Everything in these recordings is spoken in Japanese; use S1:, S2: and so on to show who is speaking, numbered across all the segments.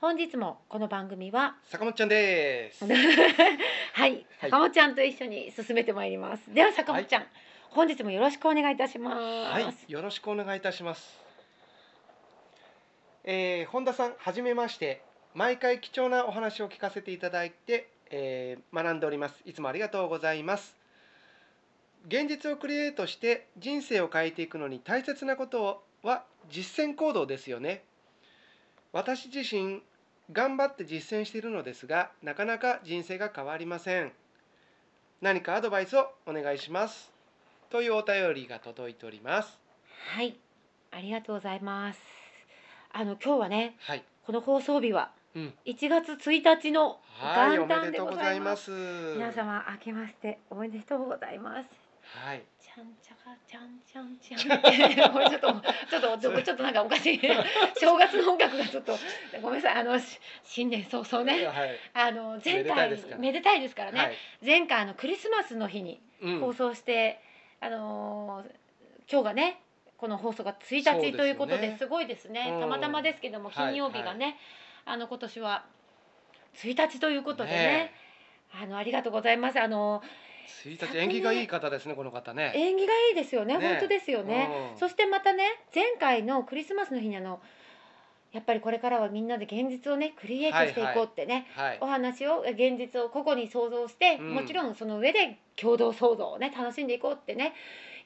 S1: 本日もこの番組は
S2: 坂本ちゃんです。
S1: はい、
S2: はい
S1: 坂本ちゃんと一緒に進めてまいります。では坂本ちゃん、本日もよろしくお願いいたします。
S2: はい、よろしくお願いいたします。えー、本田さん、はじめまして。毎回貴重なお話を聞かせていただいて、えー学んでおります。いつもありがとうございます。現実をクリエイトして人生を変えていくのに大切なことは実践行動ですよね。私自身頑張って実践しているのですが、なかなか人生が変わりません。何かアドバイスをお願いします。というお便りが届いております。
S1: はい、ありがとうございます。あの今日はね、
S2: はい。
S1: この放送日は
S2: うん。
S1: 1月1日の
S2: はい、お
S1: 元
S2: め
S1: 旦
S2: で
S1: で
S2: とう
S1: ご
S2: ご
S1: ざ
S2: ざ
S1: い
S2: い
S1: ま。
S2: ますす。
S1: 皆。様明けましておめでとうございます。
S2: はい。
S1: ちゃんちゃかちゃんちゃんちゃん。これちょっとちょっとちょっとちょっとなんかおか しい。正月の音楽がちょっとごめんなさいあのし新年早々ね。
S2: はい。
S1: あの前
S2: めでた
S1: 回
S2: いですから
S1: めでたいですからね。
S2: はい。
S1: 前回あのクリスマスの日に
S2: うん。
S1: 放送して、あのー今日がねこの放送が1日ということ
S2: そう
S1: で
S2: ですね
S1: すごいですね
S2: うん
S1: たまたまですけども
S2: はい
S1: 金曜日がね、あの今年は1日ということでね
S2: ね
S1: あのありがとうございますあの
S2: 一日縁起がいい方ですね、この方ね。
S1: 縁起がいいですよね
S2: ね
S1: 本当ですよね、
S2: うん
S1: そしてまたね前回のクリスマスの日にあのやっぱりこれからはみんなで現実をねクリエイトしていこうってね、
S2: はい
S1: お。話を現実を個々に想像して、
S2: うん
S1: もちろんその上で共同創造をね楽しんでいこうってね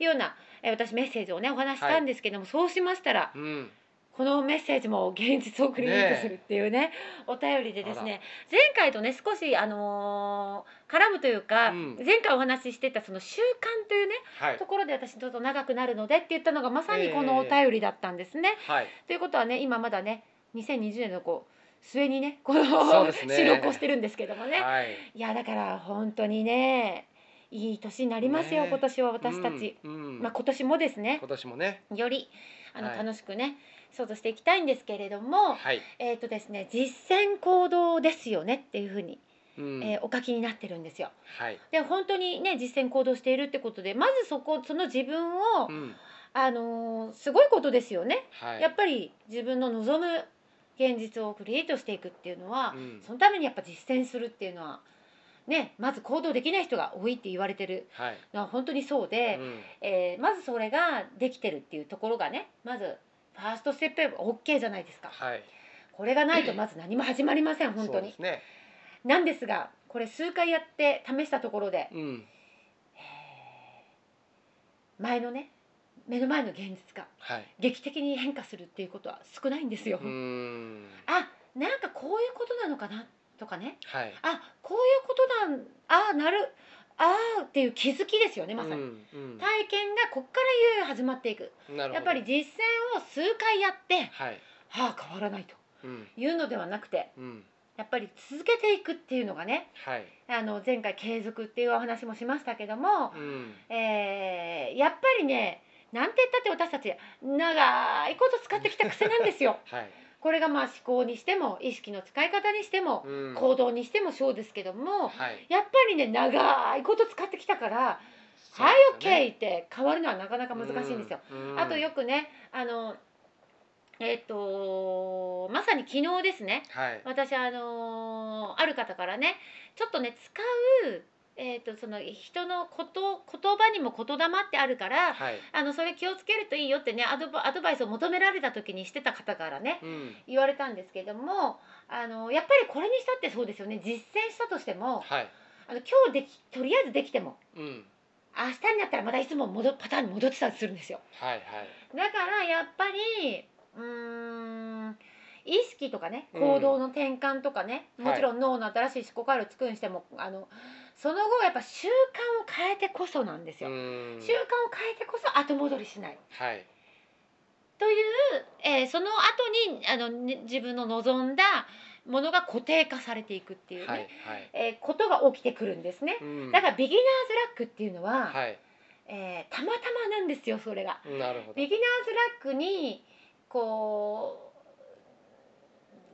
S1: いうようなえー私メッセージをねお話ししたんですけども、そうしましたら
S2: うん。
S1: このメッセージも現実をクリエイトするっていうねお便りでですね前回とね少しあのー絡むというか、
S2: うん
S1: 前回お話ししてたその習慣というね
S2: はい
S1: と。ころで私ちょっと長くなるのでって言ったのがまさにこのお
S2: ええ
S1: 便りだったんですね。
S2: はい。
S1: ということはね今まだね2020年のこう末にねこ
S2: そう
S1: の
S2: です ね
S1: 収録をしてるんですけどもね、
S2: はい。
S1: い、やだから本当にねいい年になりますよ、
S2: ね
S1: 今年は私たち、
S2: うん。うん
S1: まあ、今年もですね
S2: 今年もね。
S1: よりあの、
S2: はい
S1: 楽しくね想像していきたいんですけれども
S2: はい。
S1: えっ、とですね実践行動ですよねっていうふうに、
S2: うん。
S1: えーお書きになってるんですよ。
S2: はい。
S1: で本当にね実践行動しているってことでまずそこその自分を、
S2: うん。
S1: あのーすごいことですよね。
S2: はい。
S1: やっぱり自分の望む現実をクリエイトしていくっていうのは、
S2: うん
S1: そのためにやっぱ実践するっていうのはねまず行動できない人が多いって言われてる
S2: はい。
S1: のは本当にそう
S2: う
S1: で、
S2: ん。
S1: えーまずそれができてるっていうところがねまずファーストステップは OK じゃないですか
S2: はい。
S1: これがない とまず何も始まりません本
S2: そ
S1: 当
S2: うで
S1: に
S2: すね。
S1: なんですがこれ数回やって試したところで
S2: うん。
S1: 前のね目の前の現実が
S2: はい。
S1: 劇的に変化するっていうことは少ないんですよ、
S2: うん。
S1: あなんかこういうことなのかなとかね
S2: はい。
S1: あこういうことなんあなるあーっていう気づきですよねまさに、
S2: うん。うん。
S1: 体験がこっからいよいよ始まっていく
S2: なるほど
S1: やっぱり。実践を数回やって
S2: はい。
S1: ああ変わらないと
S2: うん。
S1: いうのではなくて
S2: うん。
S1: やっぱり続けていくっていうのがね
S2: はい。
S1: あの前回継続っていうお話もしましたけども
S2: う、ん。
S1: えーやっぱりねなんて言ったって私たち長いこと使ってきた癖なんですよ
S2: はい。
S1: これがまあ思考にしても意識の使い方にしても
S2: うん
S1: 行動にしてもそうですけども
S2: はい
S1: やっぱりね長いこと使ってきたから「
S2: そう
S1: はいオッ
S2: です
S1: ケ
S2: よね
S1: ーって変わるのはなかなか難しいんですよ。
S2: うん、うん
S1: あとよくねあのえっ、とまさに昨日ですね
S2: はい
S1: 私あのーある方からねちょっとね使う、えー、とその人のこと言葉にも言霊ってあるから
S2: はい
S1: あのそれ気をつけるといいよってねアドバアドバイスを求められた時にしてた方からね
S2: うん
S1: 言われたんですけどもあのやっぱりこれにしたってそうですよね実践したとしても
S2: はい
S1: あの今日できとりあえずできても
S2: うん
S1: 明日になったらまたいつも戻パターンに戻ってたりするんですよ。
S2: はいはい
S1: だからやっぱりうーん意識とかね
S2: うん
S1: 行動の転換とかね、
S2: はい
S1: もちろん脳の新しい思考回路を作るにしてもあのその後やっぱ習慣を変えてこそなんですよ、
S2: うん
S1: 習慣を変えてこそ後戻りしない
S2: はい
S1: という、えーその後にあのね自分の望んだものが固定化されていくっていうね、
S2: はいはい
S1: えーことが起きてくるんですね
S2: うん
S1: だからビギナーズラックっていうのは、
S2: はい
S1: えーたまたまなんですよそれが。
S2: なるほど
S1: ビギナーズラックにこ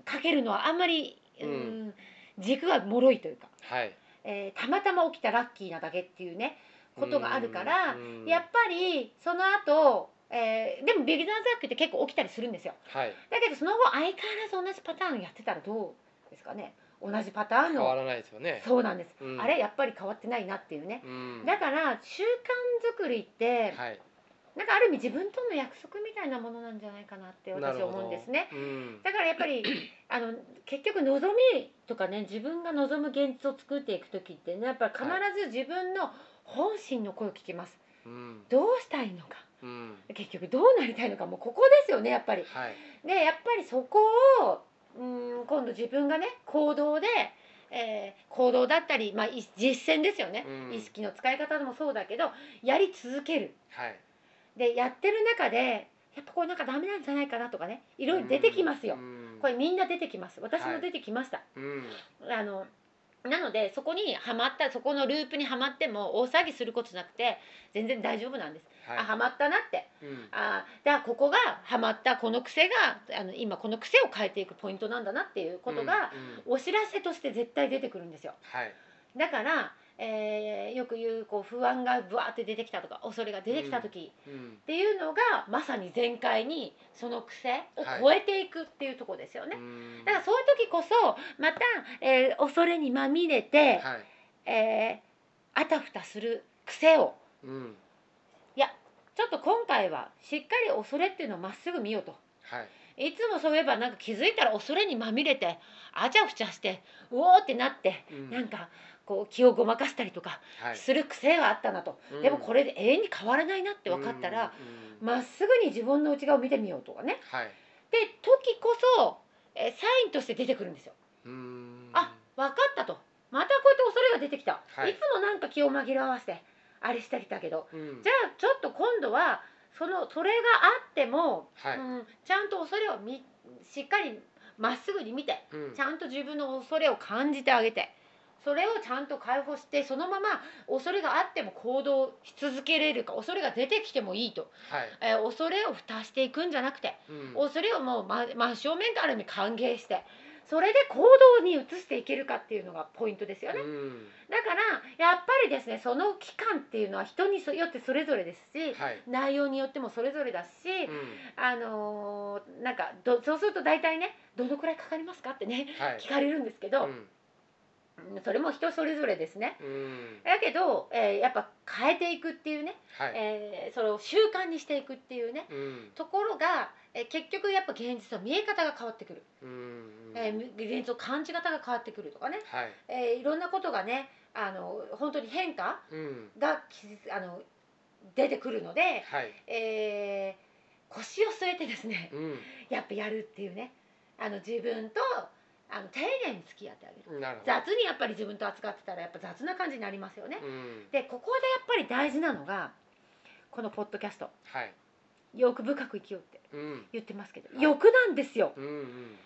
S1: うかけるのはあんまり、うん
S2: うん
S1: 軸が脆いというか、
S2: はい
S1: えーたまたま起きたラッキーなだけっていうねことがあるから、
S2: うん
S1: やっぱりその後、えーでもビギナーズラックって結構起きたりするんですよ
S2: はい
S1: だけどその後相変わらず同じパターンやってたらどうですかね同じパターン
S2: 変わ
S1: の
S2: らないですよね
S1: そうなんです、
S2: うん
S1: あれやっぱり変わってないなっていうね、
S2: うん
S1: だから習慣作りって、
S2: はい
S1: なんかある意味自分との約束みたいなものなんじゃないかなって
S2: なる
S1: 私
S2: ほど
S1: 思うんですね。
S2: うん
S1: だからやっぱ りあの結局望みとかね自分が望む現実を作っていく時ってねやっぱり必ず自分の本心の声を聞きます。
S2: うん
S1: どうしたいのか
S2: うん
S1: 結局どうなりたいのかもうここですよねやっぱり。
S2: はい
S1: でやっぱりそこをうーん今度自分がね行動で、えー行動だったり、まあ、い実践ですよね、
S2: うん
S1: 意識の使い方でもそうだけどやり続ける。
S2: はい
S1: でやってる中でやっぱこれなんかダメなんじゃないかなとかねいろいろ出てきますよ、
S2: うん
S1: これみんな出てきます私
S2: は
S1: も
S2: い
S1: 出てきました、
S2: うん
S1: あのなのでそこにはまったそこのループにはまっても大騒ぎすることじゃなくて全然大丈夫なんです、
S2: はい
S1: あはまったなって
S2: うん
S1: あーだからここがはまったこの癖があの今この癖を変えていくポイントなんだなっていうことが、
S2: うんうん
S1: お知らせとして絶対出てくるんですよ
S2: はい
S1: だから、えーよく言うこう不安がぶわーって出てきたとか恐れが出てきた時、
S2: うん
S1: っていうのがまさに前回にその癖を超えていくっていうところですよね。
S2: うん
S1: だからそういう時こそまた、えー恐れにまみれて、
S2: はい
S1: えーあたふたする癖を
S2: うん
S1: ちょっと今回はしっかり恐れっていうのをまっすぐ見ようと。
S2: はい
S1: いつもそういえばなんか気づいたら恐れにまみれてあちゃふちゃしてうおーってなって
S2: うん
S1: なんかこう気をごまかしたりとか
S2: はい
S1: する癖はあったなと、でもこ
S2: れっ
S1: れで永遠に変わらないなって分かったらまっすぐに自分の内側を見てみようとかね
S2: はい
S1: で時こそ、えーサインとして出てくるんですよ
S2: うん
S1: あ分かったとまたこうやって恐れが出てきた、
S2: はい
S1: い、つもなんか気を紛らわしてあれしてきたけど
S2: うん
S1: じゃあちょっと今度はそのそれがあっても、
S2: はい
S1: うん、ちゃんと恐れをみしっかりまっすぐに見て
S2: うん
S1: ちゃんと自分の恐れを感じてあげてそれをちゃんと解放してそのまま恐れがあっても行動し続けれるか恐れが出てきてもいいと、
S2: はい
S1: えー恐れを蓋していくんじゃなくて
S2: うん
S1: をそれをもう真真正面からに歓迎してそれで行動に移していけるかっていうのがポイントですよね
S2: うん
S1: だからやっぱりですねその期間っていうのは人によってそれぞれですし
S2: はい
S1: 内容によってもそれぞれだし、
S2: うん
S1: あのーなんかどそうすると大体ねどのくらいかかりますかってね
S2: はい
S1: 聞かれるんですけど
S2: う、ん
S1: うんそれも人それぞれですね
S2: うん
S1: だけど、えーやっぱ変えていくっていうね、
S2: はい
S1: えーそれを習慣にしていくっていうね
S2: うん
S1: ところが、えー結局やっぱ現実の見え方が変わってくる、
S2: うん
S1: えー現実の感じ方が変わってくるとかね、
S2: はい
S1: えーいろんなことがねあの本当に変化
S2: うん
S1: がきあの出てくるので、
S2: はい
S1: えー腰を据えてですね
S2: う
S1: やっぱやるっていうねあの自分とあの丁寧に付き合ってあげる
S2: んなるほど
S1: 雑にやっぱり自分と扱ってたらやっぱ雑な感じになりますよね。
S2: うん
S1: でここでやっぱり大事なのがこのポッドキャスト
S2: はい
S1: 欲深く生きようって
S2: うん
S1: 言ってますけど
S2: はい
S1: 欲なんですよ。
S2: うんうん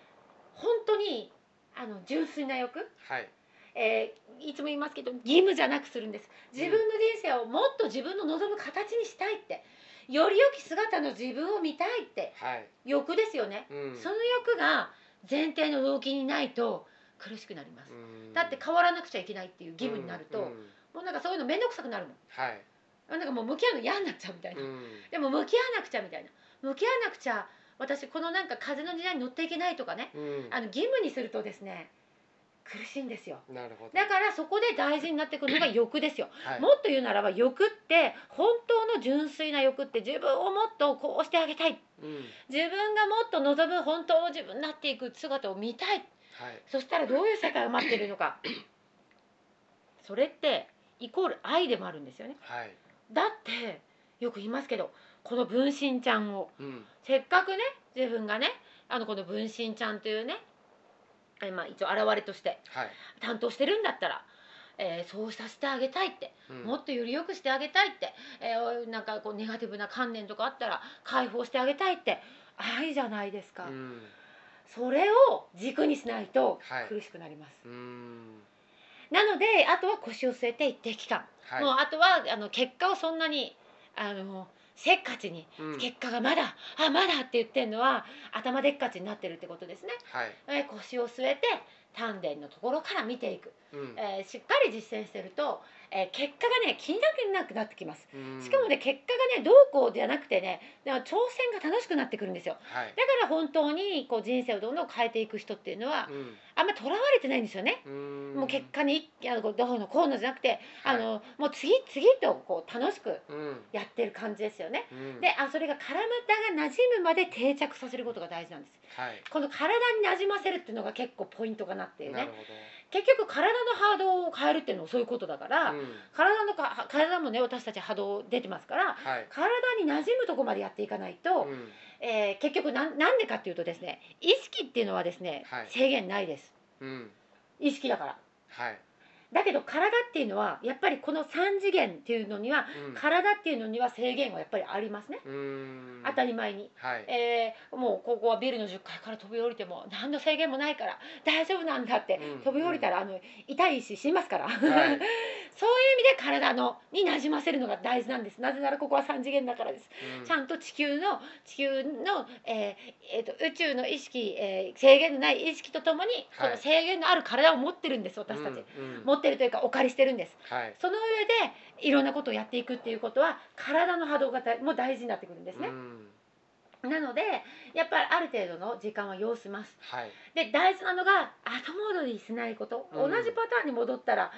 S1: 本当にあの純粋な欲、
S2: はい
S1: えーいつも言いますけど義務じゃなくするんです自分の人生をもっと自分の望む形にしたいってより良き姿の自分を見たいって
S2: はい、
S1: 欲ですよね、
S2: うん
S1: その欲が前提の動機にないと苦しくなります、
S2: うん
S1: だって変わらなくちゃいけないっていう義務になると、
S2: うんうん
S1: もうなんかそういうの面倒くさくなるもん
S2: はい、
S1: あなんかもう向き合うの嫌になっちゃうみたいな、
S2: うん
S1: でも向き合わなくちゃみたいな向き合わなくちゃ私このなんか風の時代に乗っていけないとかね
S2: うん
S1: あの義務にするとですね苦しいんですよ
S2: なるほど
S1: だからそこで大事になってくるの が欲ですよ、
S2: はい
S1: もっと言うならば欲って本当の純粋な欲って自分をもっとこうしてあげたい
S2: うん
S1: 自分がもっと望む本当の自分になっていく姿を見たい
S2: はい
S1: そしたらどういう世界が待ってるのかそれってイコール愛でもあるんですよね
S2: はい
S1: だってよく言いますけどこの分身ちゃんを
S2: うん
S1: せっかくね自分がねあのこの分身ちゃんというね、えまあ、一応現れとして
S2: はい、
S1: 担当してるんだったら、えーそうさせてあげたいって、
S2: うん
S1: もっとより良くしてあげたいって、えーなんかこうネガティブな観念とかあったら解放してあげたいって愛じゃないですか、
S2: うん
S1: それを軸にしないと
S2: はい
S1: 苦しくなります、
S2: うん
S1: なのであとは腰を据えて一定期間、
S2: はい
S1: もうあとはあの結果をそんなにあのせっかちに
S2: うん
S1: 結果がまだあまだって言ってるのは頭でっかちになってるってことですね、
S2: はい
S1: えー腰を据えて丹田のところから見ていく、
S2: うん
S1: えーしっかり実践してると、えー結果がね気になってなくなってきます
S2: うん
S1: しかもね結果がねどうこうじゃなくてねだから挑戦が楽しくなってくるんですよ
S2: はい
S1: だから本当にこう人生をどんどん変えていく人っていうのは
S2: うん
S1: あんまとらわれてないんですよね
S2: うん
S1: もう結果に一あのどうのこうのじゃなくてあのもう次々とこう楽しく
S2: うん
S1: やってる感じですよね
S2: うん
S1: であそれが体が馴染むまで定着させることが大事なんです
S2: はい
S1: この体に馴染ませるっていうのが結構ポイントかなっていう
S2: な
S1: ね
S2: るほ
S1: 結局体の波動を変えるっていうのもそういうことだから、
S2: どうん
S1: 体のか体もね私たち波動出てますから
S2: はい
S1: 体に馴染むとこまでやっていかないと、
S2: うん
S1: えー結局なんなんでかっていうとですね意識っていうのはですね、
S2: はい
S1: 制限ないです
S2: うん
S1: 意識だから
S2: はい
S1: だけど体っていうのはやっぱりこの3次元っていうのには
S2: うん
S1: 体っていうのには制限はやっぱりありますね、
S2: うん
S1: 当たり前に
S2: はい
S1: えーもうここはビルの10階から飛び降りても何の制限もないから大丈夫なんだって、
S2: うん
S1: 飛び降りたらあの痛いし死にますから、 そういう
S2: は
S1: 意味
S2: い
S1: で体のになじませるのが大事なんですなぜならここは3次元だからです、
S2: うん
S1: ちゃんと地球の地球の、えーえーと宇宙の意識、えー制限のない意識とともに、
S2: はい
S1: この制限のある体を持ってるんです私たち、
S2: うんうん
S1: 持ってるというかお借りしてるんです
S2: はい
S1: その上でいろんなことをやっていくっていうことは体の波動がだいもう大事になってくるんですね
S2: う、ん
S1: なのでやっぱりある程度の時間は要します
S2: はい
S1: で大事なのが後戻りしないこと、
S2: うん
S1: 同じパターンに戻ったら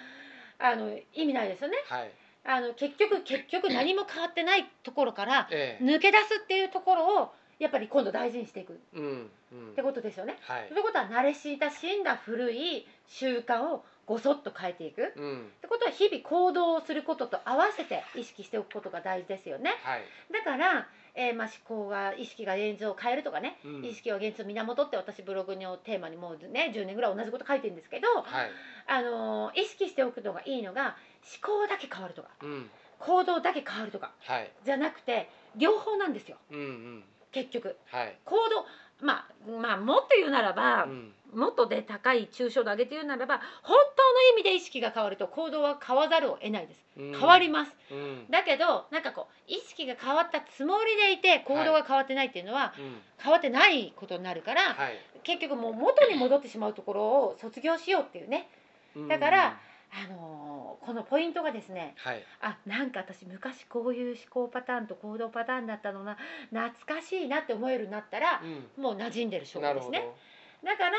S1: あの意味ないですよね
S2: はい
S1: あの結局結局何も変わってないところから
S2: ええ
S1: 抜け出すっていうところをやっぱり今度大事にしていくっ
S2: うんうん
S1: てことですよね。
S2: はい
S1: ということは慣れ親しんだ古い習慣をごそっと変えていくっ
S2: うん
S1: てことは日々行動をすることと合わせて意識しておくことが大事ですよね。
S2: はい
S1: だから、えーまあ、思考が意識が現状を変えるとかね
S2: うん
S1: 意識は現実の源って私ブログのテーマにもうね10年ぐらい同じこと書いてるんですけど、
S2: はい
S1: あのー意識しておくのがいいのが思考だけ変わるとか
S2: うん
S1: 行動だけ変わるとか
S2: はい
S1: じゃなくて両方なんですよ
S2: うんうん
S1: 結局
S2: はい
S1: 行動まあまあもっと言うならば、
S2: うん
S1: もっとで高い抽象度上げて言うならば本当の意味で意識が変わると行動は変わざるを得ないです
S2: うん
S1: 変わります、
S2: うん
S1: だけどなんかこう意識が変わったつもりでいて行動が変わってないっていうのは、
S2: うん
S1: 変わってないことになるから、
S2: はい
S1: 結局もう元に戻ってしまうところを卒業しようっていうね、
S2: うん
S1: だからあのーこのポイントがですね
S2: はい
S1: あなんか私昔こういう思考パターンと行動パターンだったのな懐かしいなって思えるようになったら
S2: う、ん
S1: もう馴染んでる証
S2: な
S1: 拠
S2: る
S1: です
S2: ほ
S1: ね
S2: ど
S1: だから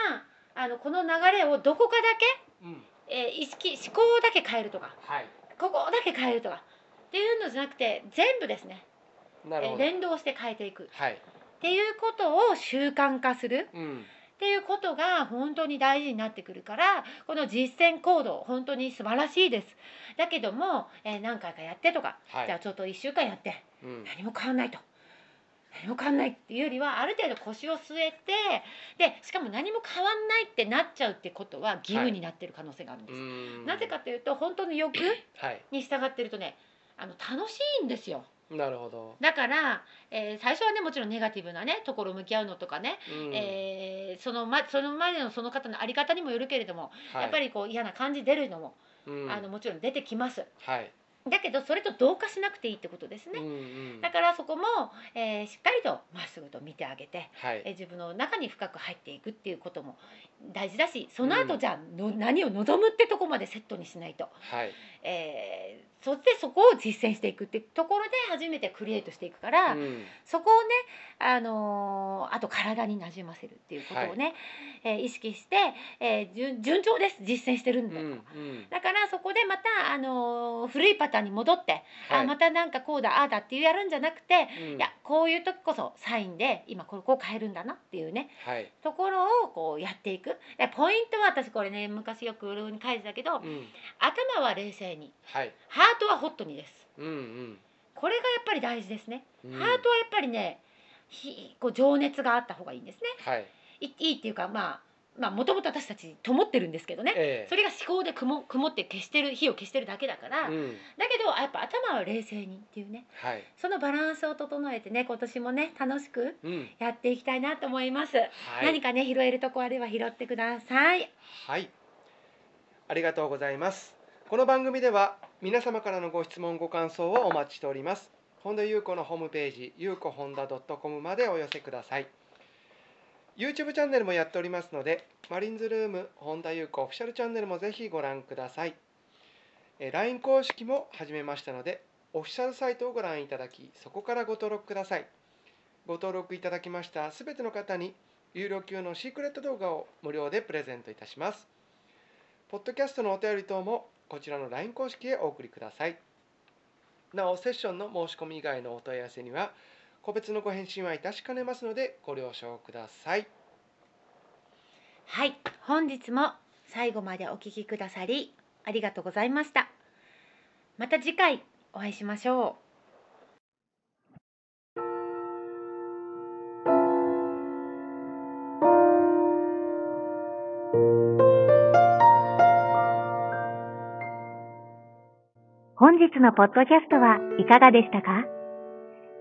S1: あのこの流れをどこかだ
S2: うん
S1: け、えー意識思考だけ変えるとか
S2: はい
S1: ここだけ変えるとかっていうのじゃなくて全部ですね、
S2: な
S1: え
S2: る
S1: ー
S2: ほど
S1: 連動して変えていくっ
S2: はい
S1: ていうことを習慣化する
S2: うん
S1: っていうことが本当に大事になってくるからこの実践行動本当に素晴らしいですだけども、えー何回かやってとか、
S2: はい
S1: じゃあちょっと1週間やって
S2: うん
S1: 何も変わんないと何も変わんないっていうよりはある程度腰を据えてでしかも何も変わんないってなっちゃうってことは義務になってる可能性があるんです、
S2: うん
S1: なぜかというと本当の欲
S2: はい
S1: に従ってるとねあの楽しいんですよ
S2: なるほど
S1: だから、えー最初はねもちろんネガティブなねところ向き合うのとかね
S2: うん
S1: えーそのまその前のその方のあり方にもよるけれども、
S2: はい
S1: やっぱりこう嫌な感じ出るのも、
S2: うん
S1: あのもちろん出てきます。
S2: はい
S1: だけどそれと同化しなくていいってことです
S2: うん
S1: ね。
S2: うん
S1: だからそこも、えーしっかりとまっすぐと見てあげて、
S2: は
S1: えー
S2: い
S1: 自分の中に深く入っていくっていうことも大事だしその
S2: う
S1: 後
S2: ん
S1: じゃあの、何を望むってとこまでセットにしないと、
S2: はい
S1: えーそしてそこを実践していくってところで初めてクリエイトしていくから、
S2: うん
S1: そこをね、あのーあと体になじませるっていうことをね、えー意識して、えー順順調です実践してるん
S2: うん
S1: で。
S2: うん
S1: だからそこでまた、あのー古いパターンに戻って、
S2: は
S1: あ
S2: い
S1: またなんかこうだああだってやるんじゃなくて、
S2: うん
S1: いやこういう時こそサインで今これこう変えるんだなっていうね
S2: はい
S1: ところをこうやっていくでポイントは私これね昔よくウルフに書いてたけど、
S2: うん
S1: 頭は冷静に
S2: はい
S1: ハートはホットにです
S2: うん
S1: これがやっぱり大事ですね、
S2: うん
S1: ハートはやっぱりねひこう情熱があった方がいいんですね
S2: はい
S1: いいいっていうかまあまあもともと私たち灯ってるんですけどね
S2: え
S1: それが思考で曇曇って消してる火を消してるだけだから、
S2: えうん
S1: だけどやっぱ頭は冷静にっていうね
S2: はい
S1: そのバランスを整えてね今年もね楽しく
S2: うん
S1: やっていきたいなと思います、
S2: はい
S1: 何かね拾えるとこあれば拾ってください
S2: はい。ありがとうございます。この番組では皆様からのご質問ご感想をお待ちしております。本田裕子のホームページ、ゆうこ本田 .com までお寄せください。YouTube チャンネルもやっておりますので、マリンズルーム本田裕子オフィシャルチャンネルもぜひご覧ください。えー LINE 公式も始めましたので、オフィシャルサイトをご覧いただき、そこからご登録ください。ご登録いただきましたすべての方に有料級のシークレット動画を無料でプレゼントいたします。ポッドキャストのお便り等もこちらの LINE 公式へお送りください。なお、セッションの申し込み以外のお問い合わせには、個別のご返信はいたしかねますので、ご了承ください。
S1: はい本日も最後までお聞きくださりありがとうございましたまた次回お会いしましょう
S3: 本日のポッドキャストはいかがでしたか